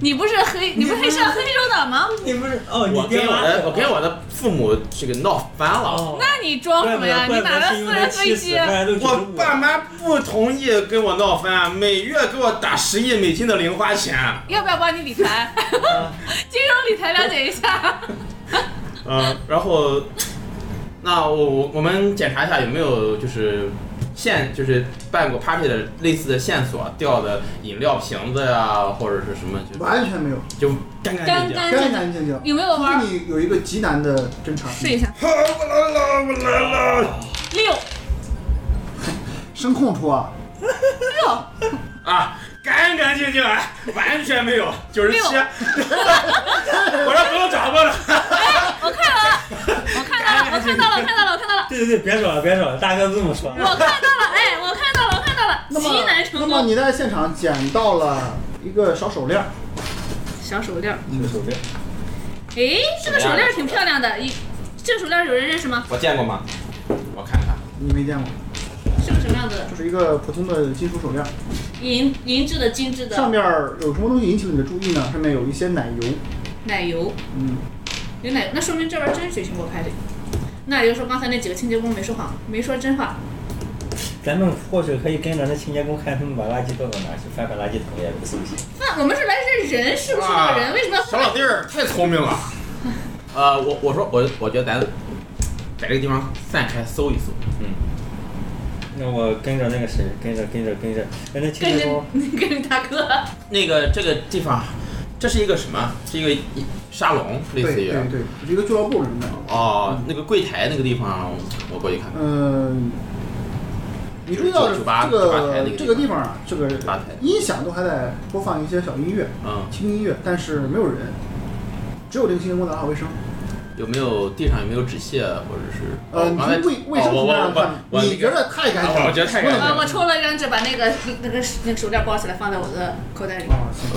S1: 你不是黑，你不是上黑手党吗？
S4: 你不是哦？你
S3: 我跟
S4: 爹
S3: 我呃
S4: 妈
S3: 的我跟我的父母这个闹翻了。
S4: 哦，
S1: 那你装
S4: 怪
S1: 什
S4: 不
S1: 么
S4: 得
S1: 呀？你
S4: 怪不
S1: 哪
S4: 得
S1: 来
S4: 是因
S1: 私
S4: 为
S1: 人
S4: 妻
S1: 飞
S4: 子，
S1: 机
S4: 不？然都
S3: 我
S4: 95
S3: 爸妈不同意跟我闹翻，每月给我打十亿美金的零花钱。
S1: 要不要帮你理财？啊金融理财了解一下。
S3: 嗯，然后，那我我我们检查一下有没有就是线就是办过 party 的类似的线索，掉的饮料瓶子呀、或者是什么就
S2: 完全没有，
S3: 就干干净
S1: 干
S3: 净。
S1: 干
S2: 干
S1: 净净，
S2: 干净净。
S1: 有没有玩
S2: 就是你有一个极难的侦查，
S1: 试一下。
S3: 好，我来了，我来了
S1: 六
S2: 声控出啊，
S1: 六，
S3: 啊！干干净净，啊完全没有九十七。 我说不用找吧了，
S1: 我看了，我看到了，我看到了，我看到了，我看到了，
S4: 对对对，别说了，别说了，大哥这么说。啊
S1: 我看到了，哎，我看到了，我看到了，
S2: 那么
S1: 极难成
S2: 那么
S1: 功。
S2: 你在现场捡到了一个小手链儿，
S1: 小手链儿。
S4: 这手链，
S1: 诶，这个
S3: 什
S1: 手
S3: 么样的
S1: 链儿挺漂亮的，一这个手链儿有人认识吗？
S3: 我见过吗？我看看，
S2: 你没见过，
S1: 是个什么样子的？
S2: 就是一个普通的金属手链，
S1: 银银质的、精致
S2: 上
S1: 的
S2: 面有什么东西引起了你的注意呢？上面有一些奶油，
S1: 奶油，
S2: 嗯，
S1: 有奶油，那说明这玩意儿真是水晶锅拍的。那也就是说，刚才那几个清洁工没说谎，没说真话。
S4: 咱们或许可以跟着那清洁工看他们把垃圾倒到哪儿去，翻翻垃圾桶也不行。
S1: 那我们是来认人，是不是那个人？为什么要
S3: 啊小老弟儿太聪明了。呃，我我说我我觉得咱在这个地方散开搜一搜，
S4: 嗯那我跟着那个谁，跟着跟着跟着，跟着 清
S1: 跟
S4: 洁工
S1: 着， 跟着大哥？
S3: 那个这个地方，这是一个什么？是一个一沙龙，类
S2: 对
S3: 似于
S2: 对对，是一个俱乐部什么的。
S3: 哦，那个柜台那个地方，我过去看看。
S2: 嗯，你注意到
S3: 酒吧
S2: 这
S3: 酒吧台那
S2: 个
S3: 个
S2: 这
S3: 地
S2: 个
S3: 方
S2: 地方啊，这个
S3: 吧台
S2: 音响都还在播放一些小音乐、
S3: 嗯，
S2: 轻音乐，但是没有人，只有这个清洁工打扫卫生。
S3: 有没有地上有没有纸屑，或者是？
S2: 呃，
S3: 我
S2: 你
S3: 刚才
S2: 从卫卫生
S3: 哦
S2: 层面上看，
S3: 我我我我哦
S2: 你觉得太干净了，
S3: 我觉得太干净
S1: 啊，
S3: 了
S1: 我抽了一张纸，把那个那个那个手链包起来，放在我的口袋里。
S2: 啊，行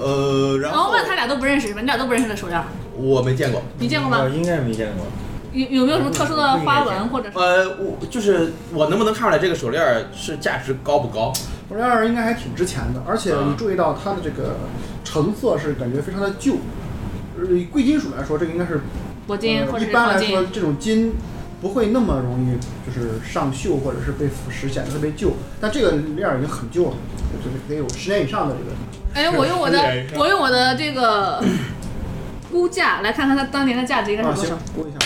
S3: 呃呃，哦然
S1: 然后
S3: 后
S1: 哦问他俩都不认识，你们俩都不认识那手链儿，
S3: 我没见过。
S1: 你见过
S4: 我
S1: 吗？
S4: 哦
S3: 嗯
S4: 应该没见过。
S1: 有有没有什么特殊
S2: 嗯
S1: 的花纹或者是？
S3: 呃，我就是我能不能看出来这个手链儿是价值高不高？
S2: 手链儿应该还挺值钱的，而且
S3: 嗯
S2: 你注意到它的这个成色是感觉非常的旧。呃，以贵金属来说，这个应该是
S1: 铂金
S2: 呃
S1: 或者
S2: 一
S3: 嗯
S1: 是
S2: 般
S1: 黄
S2: 来
S1: 金
S2: 说，这种金不会那么容易就是上锈或者是被腐蚀显得特别旧，但这个链儿已经很旧了，就是得有十年以上的这个。
S1: 哎，我用我的
S3: 是是
S1: 我用我的这个 估价来看看它当年的价值应该
S2: 啊，
S1: 是多
S2: 行
S1: 少？，
S2: 估一下，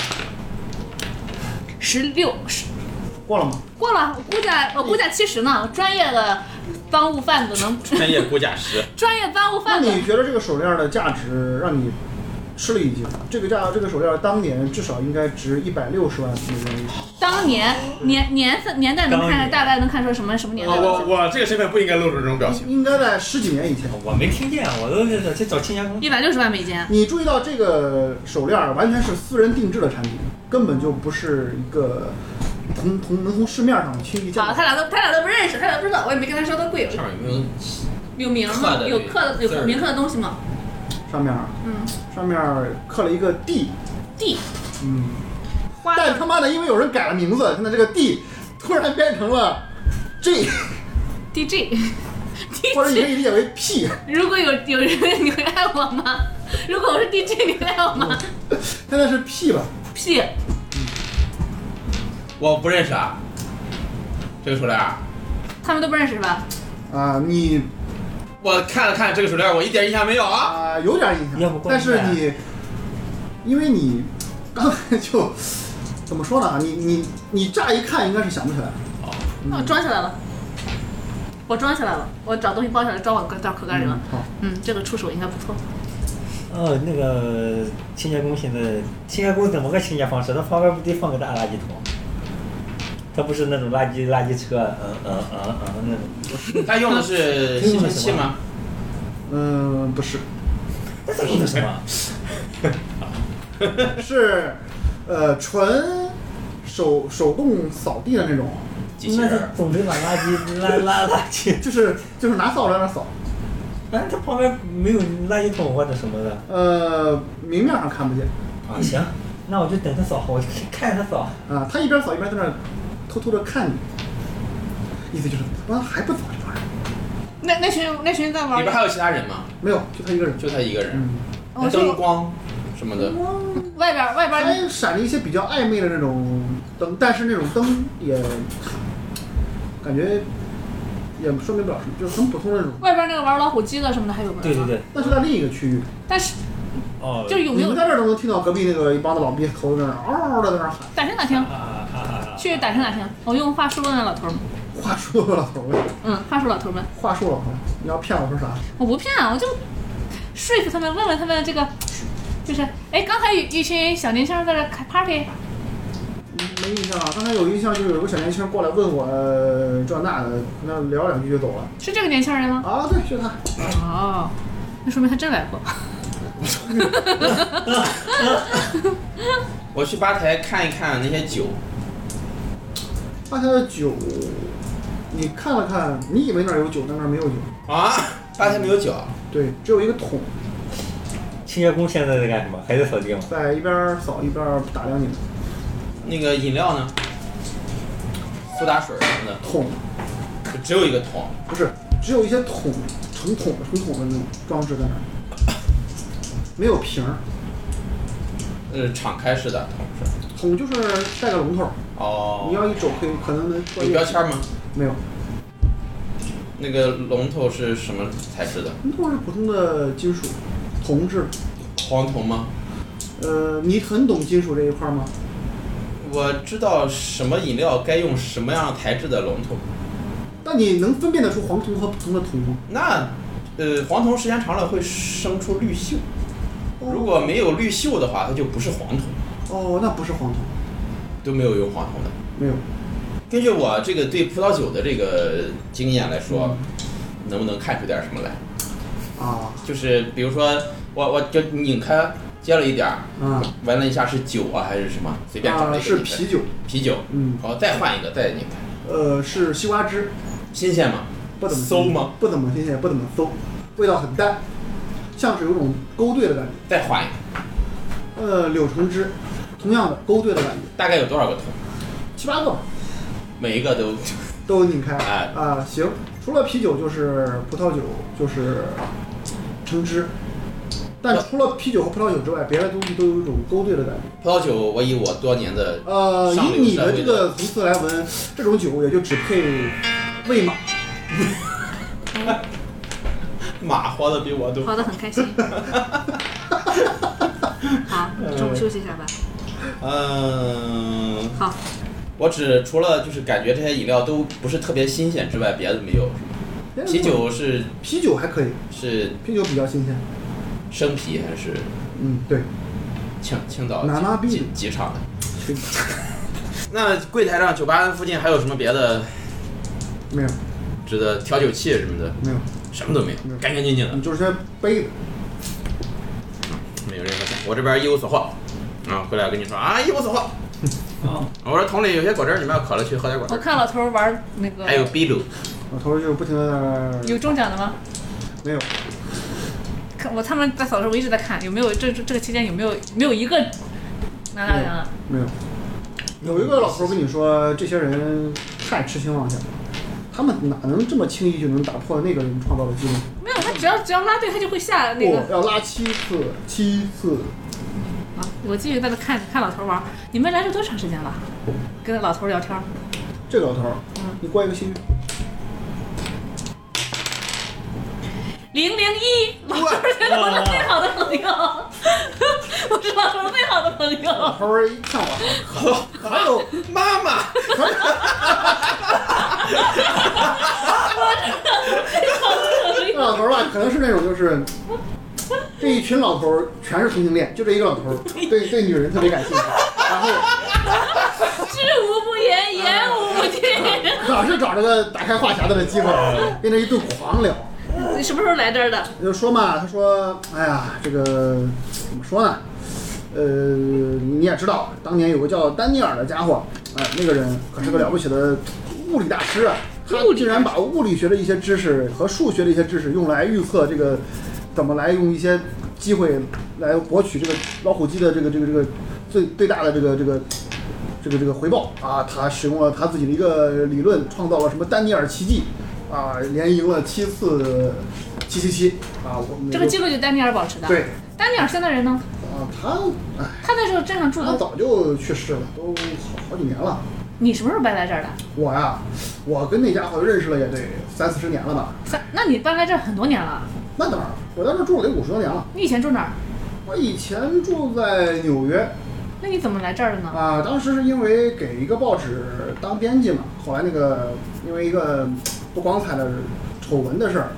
S1: 十六十
S2: 过了吗？
S1: 过了，我估价我
S2: 嗯
S1: 估价七十呢。专业的赃物贩子能，
S3: 专业估价师，
S1: 专业赃物
S2: 那
S1: 贩子
S2: 你觉得这个手链儿的价值让你吃了一惊？这个价，这个手链儿当年至少应该值一百六十万美元以上。
S1: 当年年年份年代能看
S4: 当
S1: 看，
S4: 年
S1: 大概能看出什么什么 年代？
S3: 啊哦我这个身份不应该露出这种表。
S2: 应该在十几年以前。
S4: 我没听见，啊我都是去找清洁工。
S1: 一百六十万美金，
S2: 你注意到这个手链儿完全是私人定制的产品，根本就不是一个从从能从市面上轻易见
S1: 好，啊
S2: 到
S1: 他
S2: 的。
S1: 俩都他俩都不认识，他俩不知道，我也没跟他说他贵。
S3: 上面有没有
S1: 有名吗
S3: 刻？的
S1: 有
S3: 那个
S1: 刻的有
S3: 字儿
S1: 名刻的东西吗？
S2: 上面儿，
S1: 嗯
S2: 上面儿刻了一个 D，
S1: ，D
S2: 嗯，
S1: 花
S2: 但
S1: 的
S2: 他妈的，因为有人改了名字，现在这个 D 突然变成了 G，
S1: DJ
S2: 或者你可
S1: DJ，
S2: 以理解为 P。
S1: 如果有有人你会爱我吗？ 如果我是 DJ，你会爱我吗
S2: 现在是 P 了，
S1: ？P
S3: 我不认识啊，这个手链儿，
S1: 他们都不认识是吧？
S2: 啊、你
S3: 我看了看这个手链儿，我一点印象没有 啊。
S2: 啊、有点印
S4: 要
S2: 象
S4: 不，过
S2: 但是
S4: 来
S2: 你，因为你刚才就怎么说呢？你你你乍一看应该是想不起来，
S1: 那我啊装起来了，我装起来了，我找东西包起来装我口到口袋里了。
S2: 好。
S1: 嗯，这个触手应该不错。
S4: 哦，那个清洁工现在，清洁工怎么个清洁方式？他旁边不得放个大垃圾桶？他不是那种垃圾垃圾车，嗯嗯嗯嗯那种。
S3: 他用的是吸尘器吗？
S2: 嗯，不是，
S4: 那他用的什么？啊
S2: 是呃纯手手动扫地的那种，
S3: 机器
S4: 那
S3: 人
S4: 他
S3: 儿。
S4: 总得把垃圾拉拉垃圾。
S2: 就是就是拿扫帚在那扫，
S4: 哎，他旁边没有垃圾桶或者什么的。
S2: 呃，明面上看不见
S4: 啊，行，那我就等他扫，我就看着他扫。
S2: 啊，他一边扫一边在那偷偷的看你，意思就是哇还不走这帮人，
S1: 那那群那群在
S3: 里
S1: 玩
S3: 边还有其他人吗？
S2: 没有，就他一个人，
S3: 就他一个人，
S2: 嗯，
S1: 我
S3: 灯
S1: 说
S3: 光什么的。
S1: 外边外边
S2: 还闪着一些比较暧昧的那种灯，但是那种灯也感觉也说明不了什么，就是很普通的那种，
S1: 外边那个玩老虎机的什么的还有吗？
S4: 对对。对，
S2: 但是在另一个区域。
S1: 但是
S4: 哦，
S1: 就是有没
S2: 你
S1: 有
S3: 嗯
S2: 们在这儿都能听到隔壁那个一帮子老逼头在那儿嗷嗷的在那儿喊，
S1: 打听打听
S4: 啊，啊啊啊啊！
S1: 去打听打听。我用话术问问老头儿们，
S2: 话术老头儿，
S1: 嗯，话术老头儿们。
S2: 话术老头儿，你要骗我说啥？
S1: 我不骗啊，我就说服他们，问问他们这个，就是哎，刚才有一群小年轻儿在这开 party，
S2: 没印象啊，刚才有印象就是有个小年轻过来问我呃这那的，跟他聊两句就走了。
S1: 是这个年轻人吗？
S2: 啊，对，就他，
S3: 嗯
S1: 哦，那说明他真来过。
S3: 我去吧台看一看那些酒，
S2: 吧台的酒，你看了看，你以为那儿有酒，但那儿没有酒，
S3: 啊，吧台没有酒啊，
S2: 对，只有一个桶，
S4: 清洁工现在在干什么？还在扫地吗？
S2: 在一边扫一边打量你们，
S3: 那个饮料呢？苏打水什么的，
S2: 桶
S3: 就只有一个桶。
S2: 不是，只有一些桶成桶成桶的那种装置在那儿，没有瓶儿，
S3: 呃，敞开式的桶是吧。
S2: 桶就是带个龙头，你
S3: 哦，
S2: 要一走可以可能能
S3: 有标签吗？
S2: 没有，
S3: 那个龙头是什么材质的？
S2: 龙头是普通的金属，铜制。
S3: 黄铜吗？
S2: 呃，你很懂金属这一块儿吗？
S3: 我知道什么饮料该用什么样材质的龙头。
S2: 但你能分辨得出黄铜和普通的铜吗？
S3: 那，呃，黄铜时间长了会生出绿锈，如果没有绿锈的话，它就不是黄铜，
S2: 哦，那不是黄铜，
S3: 都没有用黄铜的。
S2: 没有。
S3: 根据我这个对葡萄酒的这个经验来
S2: 嗯
S3: 说，能不能看出点什么来？
S2: 啊，
S3: 就是比如说，我我就拧开接了一点儿，
S2: 啊，
S3: 闻了一下是酒啊还是什么，随便找了
S2: 啊
S3: 一个
S2: 是
S3: 拧开
S2: 啤酒，
S3: 啤酒，
S2: 嗯，
S3: 好再换一个再拧开，
S2: 呃，是西瓜汁，
S3: 新鲜吗？
S2: 不怎么
S3: 馊吗？
S2: 不怎么新鲜，不怎么馊，味道很淡，像是有种勾兑的感觉。
S3: 再换一个，
S2: 呃，柳橙汁，同样的勾兑的感觉，
S3: 大概有多少个桶？
S2: 七八个吧，
S3: 每一个都
S2: 都拧开。
S3: 哎
S2: 啊，行，除了啤酒就是葡萄酒，就是橙汁。但除了啤酒和葡萄酒之外，别的东西都有一种勾兑的感觉。
S3: 葡萄酒，我以我多年的
S2: 呃，
S3: 上
S2: 以
S3: 流
S2: 你
S3: 社
S2: 的
S3: 会
S2: 这个层次来闻，这种酒也就只配喂马。
S3: 马花的比我多，
S1: 跑得很开 心。好，中午休息一下吧。
S3: 嗯，
S1: 好，
S3: 我只除了就是感觉这些饮料都不是特别新鲜之外，别的没有。啤酒是
S2: 啤酒还可以，
S3: 是
S2: 啤酒比较新鲜。
S3: 生啤还是
S2: 嗯，对，
S3: 青青岛
S2: 南拉
S3: 几
S2: 啤
S3: 几几厂的？
S2: 这个
S3: 那柜台上酒吧附近还有什么别的
S2: 没有
S3: 值得调酒器什么的？
S2: 没有，
S3: 什么都没有
S2: 嗯，
S3: 干干净净的
S2: 你，就是些杯子。
S3: 没有任何钱。我这边一无所获，啊，回来跟你说啊，一无所获。
S1: 哦
S3: 我说桶里有些果汁儿，你们要渴了去喝点果汁
S1: 我
S3: 儿。
S1: 看老头儿玩那个
S3: 还有秘鲁，
S2: 我头就不停的在那儿
S1: 有中奖的吗？
S2: 没有，
S1: 看我他们在扫的时候，我一直在看有没有这这个期间有没有没有一个拿大奖啊的。
S2: 没有。有一个老头儿跟你说，这些人太痴心妄想了，他们哪能这么轻易就能打破那个人创造的记录？
S1: 没有，他只要只要拉对，他就会下那
S2: 我、
S1: 个。
S2: 哦要拉七次，七次。
S1: 啊，我继续在那看看老头玩儿。你们来这多长时间了？跟老头聊天儿。
S2: 这个老头儿，
S1: 嗯
S2: 你过一个心愿。
S1: 零零一，老头儿觉得我是最好的朋友， 我是老头儿最好的朋友
S2: 老。头儿一啊看我，还有
S3: 妈妈，
S2: 这老头儿吧，可能是那种就是这一群老头儿全是同性恋，就这一个老头儿对对女人特别感兴趣，然后
S1: 知无不言，言无不尽。
S2: 老是找这个打开话匣子的机会，跟这一顿狂聊。
S1: 你什么时候来这儿的？
S2: 就说嘛，他说，哎呀，这个怎么说呢？呃，你也知道，当年有个叫丹尼尔的家伙，哎、那个人可是个了不起的物理大师啊，他竟然把物理学的一些知识和数学的一些知识用来预测这个怎么来用一些机会来博取这个老虎机的这个这个这个最最大的这个这个这个这个回报啊，他使用了他自己的一个理论，创造了什么丹尼尔奇迹啊，连赢了七次七七七啊，我们
S1: 这个记录就丹尼尔保持的。
S2: 对。
S1: 丹尼尔现在人呢？
S2: 啊，他哎，
S1: 他那时候镇上住
S2: 他
S1: 的。
S2: 早就去世了，都好好几年了。
S1: 你什么时候搬来这儿的？
S2: 我呀、我跟那家伙认识了也得三四十年了吧？
S1: 三？那你搬来这儿很多年了？
S2: 那当然，我在这住了得五十多年了。
S1: 你以前住哪儿？
S2: 我以前住在纽约
S1: 那你怎么来这儿的呢？
S2: 啊，当时是因为给一个报纸当编辑嘛，后来那个因为一个不光彩的丑闻的事儿，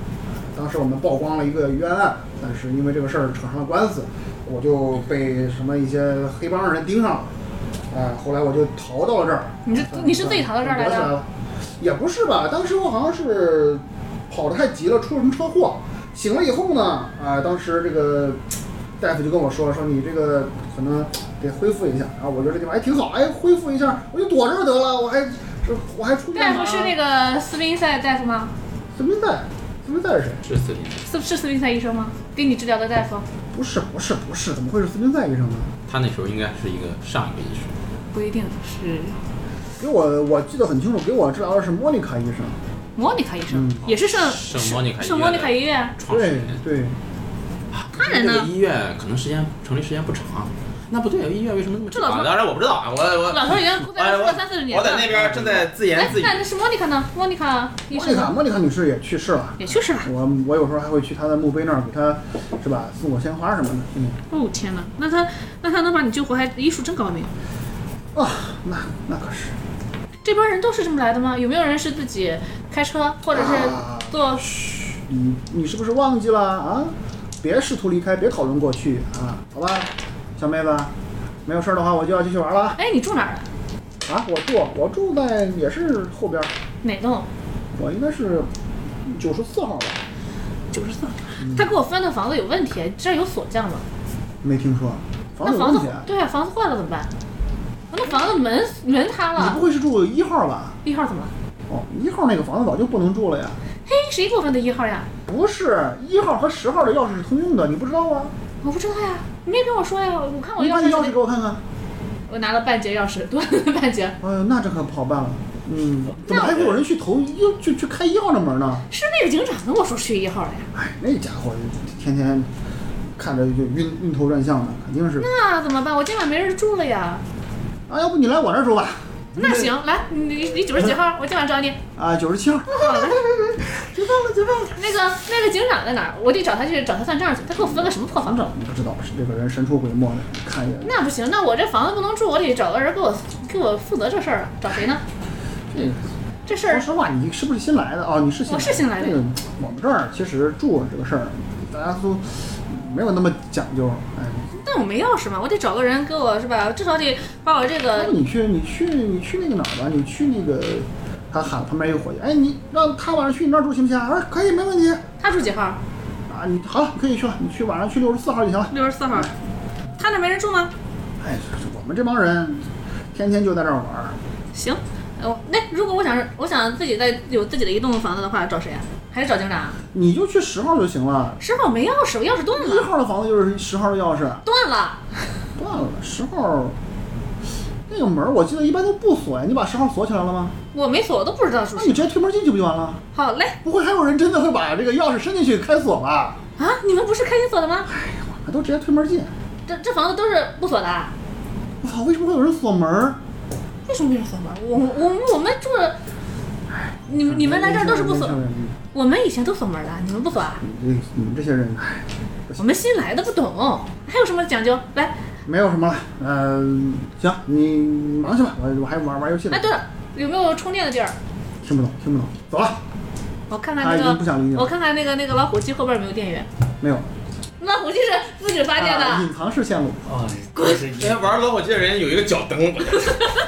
S2: 当时我们曝光了一个冤案，但是因为这个事儿扯上了官司，我就被什么一些黑帮人盯上了，哎，后来我就逃到了这儿。
S1: 你是
S3: 嗯
S1: 你是自己逃到这儿来
S2: 躲起
S1: 的？
S2: 了？也不是吧，当时我好像是跑得太急了，出了什么车祸。醒了以后呢，啊、当时这个大夫就跟我说，说你这个可能得恢复一下。然后我觉得这地方还挺好，哎，恢复一下，我就躲这儿得了，我还是我还出院
S1: 大
S2: 呢
S1: 夫是那个斯宾塞大夫吗？
S2: 什么赛？不知道是谁。
S3: 是斯宾塞，
S1: 是是斯宾塞医生吗？给你治疗的大夫
S2: 不是不是不是，怎么会是斯宾塞医生呢？
S3: 他那时候应该是一个上一个医生，
S1: 不一定是
S2: 给我我记得很清楚，给我治疗的是莫妮卡医生。
S1: 莫妮卡医生，
S2: 嗯
S1: 也是圣
S3: 圣莫妮卡医
S1: 圣莫妮卡
S3: 院
S1: 医院
S3: 的创始
S2: 对
S3: 人。
S2: 对，
S1: 他人
S3: 这个
S1: 呢？
S3: 医院可能时间成立时间不长，那不对，医院为什么那么
S1: 这老头
S3: 长？当然我不知道啊，我我
S1: 老头已经在
S3: 哎
S1: 这
S3: 我
S1: 住了三四十年
S3: 我
S1: 了
S3: 在。那边正在自言
S1: 哎，
S3: 自语。
S1: 那那是莫妮卡呢？莫妮卡医
S2: 莫
S1: 生
S2: 妮卡
S1: 呢
S2: 莫妮卡女士也去世了。
S1: 也去世了。
S2: 我我有时候还会去她的墓碑那儿给她，是吧？送朵鲜花什么的。嗯
S1: 哦天哪，那他那他能把你救活，还医术真高明。
S2: 啊，那那可是
S1: 这帮人都是这么来的吗？有没有人是自己开车，或者是
S2: 啊
S1: 坐？
S2: 你你是不是忘记了啊？别试图离开，别讨论过去啊，好吧，小妹子，没有事儿的话我就要继续玩了啊
S1: 哎，你住哪儿啊？
S2: 啊！我住我住在也是后边儿，
S1: 哪栋？
S2: 我应该是九十四号吧？
S1: 九十四。
S2: 嗯
S1: 他给我分的房子有问题，这儿有锁匠吗？
S2: 没听说，房
S1: 那
S2: 子有
S1: 房
S2: 问
S1: 子
S2: 题啊？
S1: 对啊，房子坏了怎么办？那房子门门塌
S2: 你不
S1: 了，
S2: 会是住一号吧？
S1: 一号怎么了？
S2: 哦，一号那个房子早就不能住了呀。
S1: 嘿，谁给我分的一号呀？
S2: 不是一号和十号的钥匙是通用的，你不知道啊？
S1: 我不知道呀，你没跟我说呀。我看我
S2: 你把
S1: 钥
S2: 你钥匙
S1: 匙
S2: 给，我看看。
S1: 我拿了半截钥匙，多了半截。
S2: 哎呦，那这可不好办了。嗯，怎么
S1: 那
S2: 还会有人去投一去去开一号的门呢？
S1: 是那个警长跟我说去一号的呀。
S2: 哎，那家伙天天看着就晕晕头转向的，肯定是。
S1: 那怎么办？我今晚没人住了呀。
S2: 啊，要不你来我这儿住吧？
S1: 那行，来，你你九十几号？我今晚找你。
S2: 啊，九十七号。
S1: 好嘞
S2: 绝望了，绝望了。
S1: 那个那个警长在哪儿？我得找他去找他算账去。他给我分个什么破房整？
S2: 你不知道是这个人神出鬼没的，看一眼。
S1: 那不行，那我这房子不能住，我得找个人给我给我负责这事儿啊。找谁呢？
S2: 这个
S1: 这事
S2: 说
S1: 儿
S2: 实话，你是不是新来的？哦，你是新
S1: 我是新来的
S2: 这个我们这儿其实住这个事儿，大家都没有那么讲究。哎，
S1: 但我没钥匙嘛，我得找个人给我是吧？至少得把我这
S2: 那
S1: 个
S2: 你去，你去，你去那个哪儿吧？你去那个，他喊旁边一个伙计，哎，你让他晚上去你那儿住行不行？我说可以，没问题。
S1: 他住几号？
S2: 啊，你好了，可以去了，你去晚上去六十四号就行了。
S1: 六十四号。他那没人住吗？
S2: 哎，这我们这帮人天天就在这儿玩儿，
S1: 行，哦，那如果我想是我想自己在有自己的一栋房子的话，找谁啊？还是找警长啊？
S2: 你就去十号就行了。
S1: 师傅，我没钥匙，我钥匙断
S2: 一
S1: 了，
S2: 号的房子就是十号的钥匙，
S1: 断了。
S2: 断了。十号那个门儿我记得一般都不锁呀，你把十号锁起来了吗？
S1: 我没锁，我都不知道是
S2: 那
S1: 不
S2: 你
S1: 是。
S2: 直接推门进去不就完了？
S1: 好嘞，
S2: 不会还有人真的会把这个钥匙伸进去开锁吧？
S1: 啊，你们不是开心锁的吗？
S2: 我们都直接推门进。
S1: 这这房子都是不锁的、啊。
S2: 我操，为什么会有人锁门儿？
S1: 为什么没人锁门？我我们我们住的，你们你们来这儿都是不锁
S2: 没事，没事
S1: 我们以前都锁门的，你们不锁啊？
S2: 没事你们这些人，哎，
S1: 我们新来的不懂，还有什么讲究？来，
S2: 没有什么了。嗯、行，你忙去吧，我我还玩玩游戏呢
S1: 哎，。对了，有没有充电的地儿？
S2: 听不懂，听不懂，走了。
S1: 我看看
S2: 他啊已
S1: 那
S2: 经不
S1: 个，
S2: 想理你
S1: 我
S2: 了。
S1: 看看那个那个老虎机后边有没有电源。
S2: 没有，
S1: 老虎机是自己发电的，
S2: 啊隐藏式线路，
S4: 哦，这是
S3: 人家玩老火机的人有一个脚蹬，
S2: 一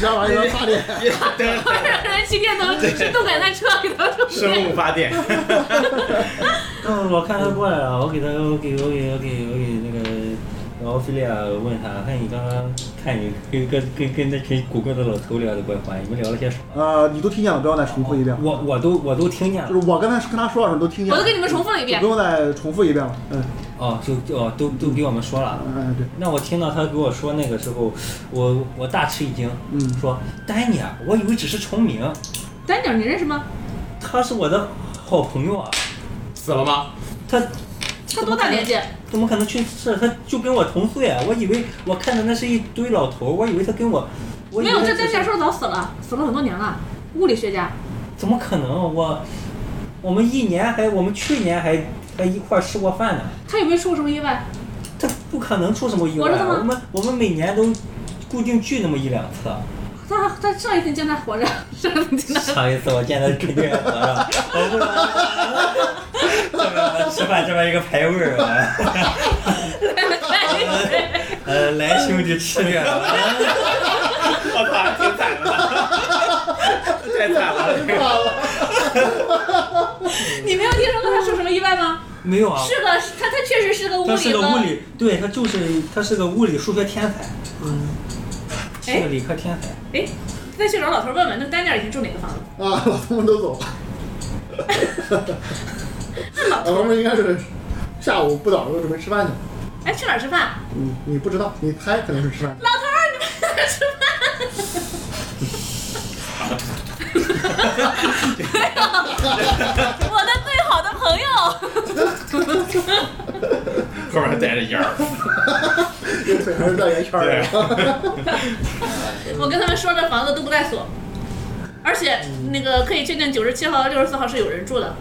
S2: 边玩一边插电。
S3: 一个 蹬
S1: 让人骑电动是动感单车给他 充电。
S3: 生物发电。
S4: 嗯，我看他过来了，我给他，我给我给我给我给那个。然后菲利亚问他，看你刚刚看你跟跟跟跟那群古怪的老头聊的怪话，你们聊了些什么？
S2: 呃，你都听见了，不要再重复一遍了。
S4: 我我都我都听见
S2: 就
S4: 了，
S2: 是我刚才跟他说的时候都听见了，
S1: 我都给你们重复了一遍
S2: 就不用再重复一遍了。嗯，
S4: 哦，就就哦，都都给我们说了。
S2: 嗯，对，
S4: 那我听到他给我说那个时候，我我大吃一惊，
S2: 嗯
S4: 说丹尼尔，我以为只是重名，
S1: 丹尼尔，你认识吗？
S4: 他是我的好朋友啊，
S3: 死了吗？
S4: 他
S1: 他多大年？纪？
S4: 怎么可能去世？他就跟我同岁啊！我以为我看的那是一堆老头儿，我以为他跟我，我以
S1: 没
S4: 为
S1: 有，这
S4: 他
S1: 丹尼尔说早死了，死了很多年了，物理学家。
S4: 怎么可能？啊我我们一年还我们去年还还一块儿吃过饭呢，
S1: 他有没有出过什么意外？
S4: 他不可能出什么意外
S1: 活着的
S4: 啊。
S1: 吗
S4: 我们我们每年都固定聚那么一两次。啊
S1: 他他上一次你见他活着， 上一次你 见他
S4: 上一次我见他肯定要活着，我不然这边吃饭这边一个排位儿啊，呃，来兄弟吃点儿。
S3: 我操，挺惨的，太惨了。
S1: 你没有听说过他出什么意外吗？
S4: 没有啊，
S1: 是个，他他确实是个物
S4: 他是
S1: 理
S4: 个
S1: 和
S4: 物理，对他就是他是个物理数学天才，是
S1: 嗯哎
S4: 个理科天才。
S1: 哎，再去找老头问问，那丹尼尔已经住哪个房子？
S2: 啊，老头们都走了。
S1: 那老
S2: 老
S1: 头
S2: 头
S1: 儿，
S2: 们应该是下午不早了，准备吃饭去了。
S1: 哎，去哪儿吃饭？
S2: 你你不知道，你猜肯定是吃饭去了。
S1: 老头儿，你们在哪儿吃 哎饭？我的最好的朋友，
S3: 后面还带着烟儿，
S2: 这个腿还是绕圆圈儿 的。
S1: 我跟他们说这房子都不带锁，而且那个可以确定九十七号和六十四号是有人住的。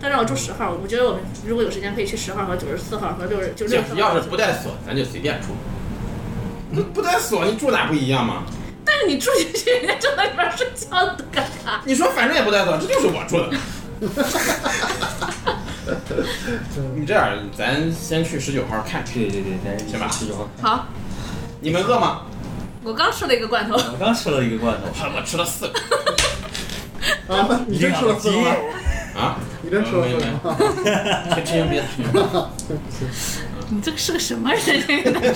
S1: 他让我住十号，我觉得我们如果有时间可以去十号和九十四号和六十九十六
S3: 要是
S1: 号。
S3: 要是不带锁，咱就随便住。那不带锁，你住哪不一样吗？
S1: 但是你住进去，人家正在里边睡觉，干啥？
S3: 你说反正也不带锁，这就是我住的。 你这样，咱先去十九号看看。
S4: 对对对，咱
S3: 行吧
S4: 吃就好。
S1: 好，
S3: 你们饿吗？
S1: 我刚吃了一个罐头，
S4: 我刚吃了一个罐头，
S3: 我吃了四个
S2: 啊，你真吃了四个吗？
S3: 啊！
S2: 你真吃了四
S3: 没
S2: 个
S3: 有
S2: 吗？
S3: 别吹牛逼，吹牛逼
S1: 你这个是个什么人？